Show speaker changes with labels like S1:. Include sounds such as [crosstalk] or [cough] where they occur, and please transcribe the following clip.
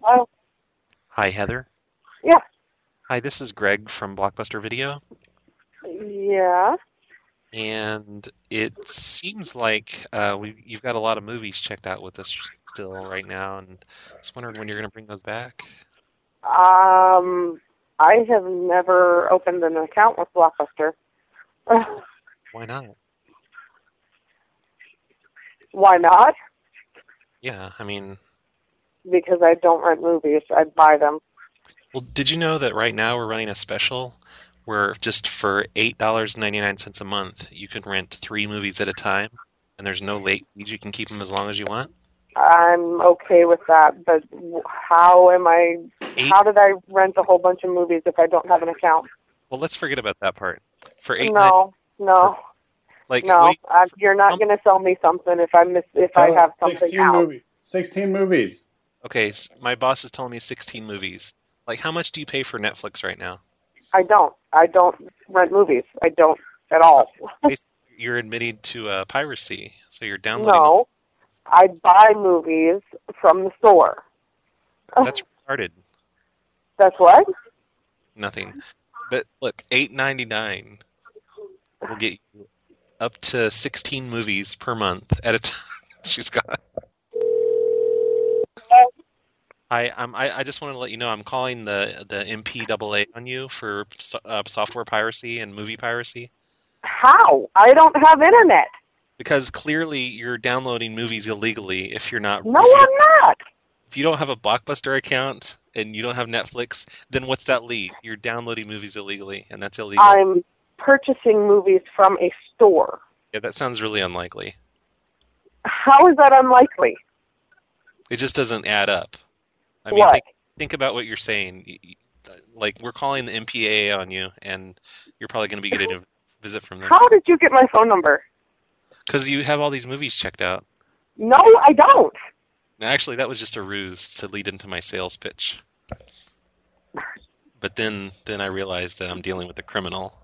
S1: Hello?
S2: Hi, Heather.
S1: Yeah.
S2: Hi, this is Greg from Blockbuster Video,
S1: Um, Yeah.
S2: and it seems like uh, we you've got a lot of movies checked out with us still right now, and I was wondering when you're going to bring those back.
S1: Um, I have never opened an account with Blockbuster. [laughs]
S2: Why not?
S1: Why not?
S2: Yeah, I mean,
S1: Because I don't rent movies. I buy them.
S2: well, did you know that right now we're running a special where just for $8.99 a month, you can rent three movies at a time, and there's no late fees. You can keep them as long as you want.
S1: I'm okay with that, but w- how am I? How did I rent a whole bunch of movies if I don't have an account?
S2: Well, let's forget about that part. For eight nine,
S1: No, no,
S2: like
S1: no.
S2: wait,
S1: I, you're not going to sell me something if I miss if I
S3: Tell
S1: have
S3: it,
S1: something
S3: 16
S1: out.
S3: movies. 16 movies.
S2: Okay, s- my boss is telling me 16 movies. Like, how much do you pay for Netflix right now?
S1: I don't. I don't rent movies. I don't at all.
S2: Basically, you're admitting to uh, piracy, so you're downloading.
S1: No, I buy movies from the store.
S2: That's retarded.
S1: That's what?
S2: Nothing. But look, 8.99 will get you up to 16 movies per month at a time. [laughs] She's gone. I, I'm, I I just wanted to let you know I'm calling the the MPAA on you for so, uh, software piracy and movie piracy.
S1: How? I don't have internet.
S2: Because clearly you're downloading movies illegally if you're not
S1: No,
S2: if you,
S1: I'm not.
S2: if you don't have a Blockbuster account and you don't have Netflix, then what's that lead? You're downloading movies illegally, and that's illegal.
S1: I'm purchasing movies from a store.
S2: Yeah, that sounds really unlikely.
S1: How is that unlikely?
S2: It just doesn't add up. I mean,
S1: what?
S2: think, think about what you're saying. Y- y- Like we're calling the MPAA on you, and you're probably going to be getting a visit from them
S1: How did you get my phone number?
S2: because you have all these movies checked out.
S1: No, I don't.
S2: Now, actually, that was just a ruse to lead into my sales pitch. But then, then I realized that I'm dealing with a criminal,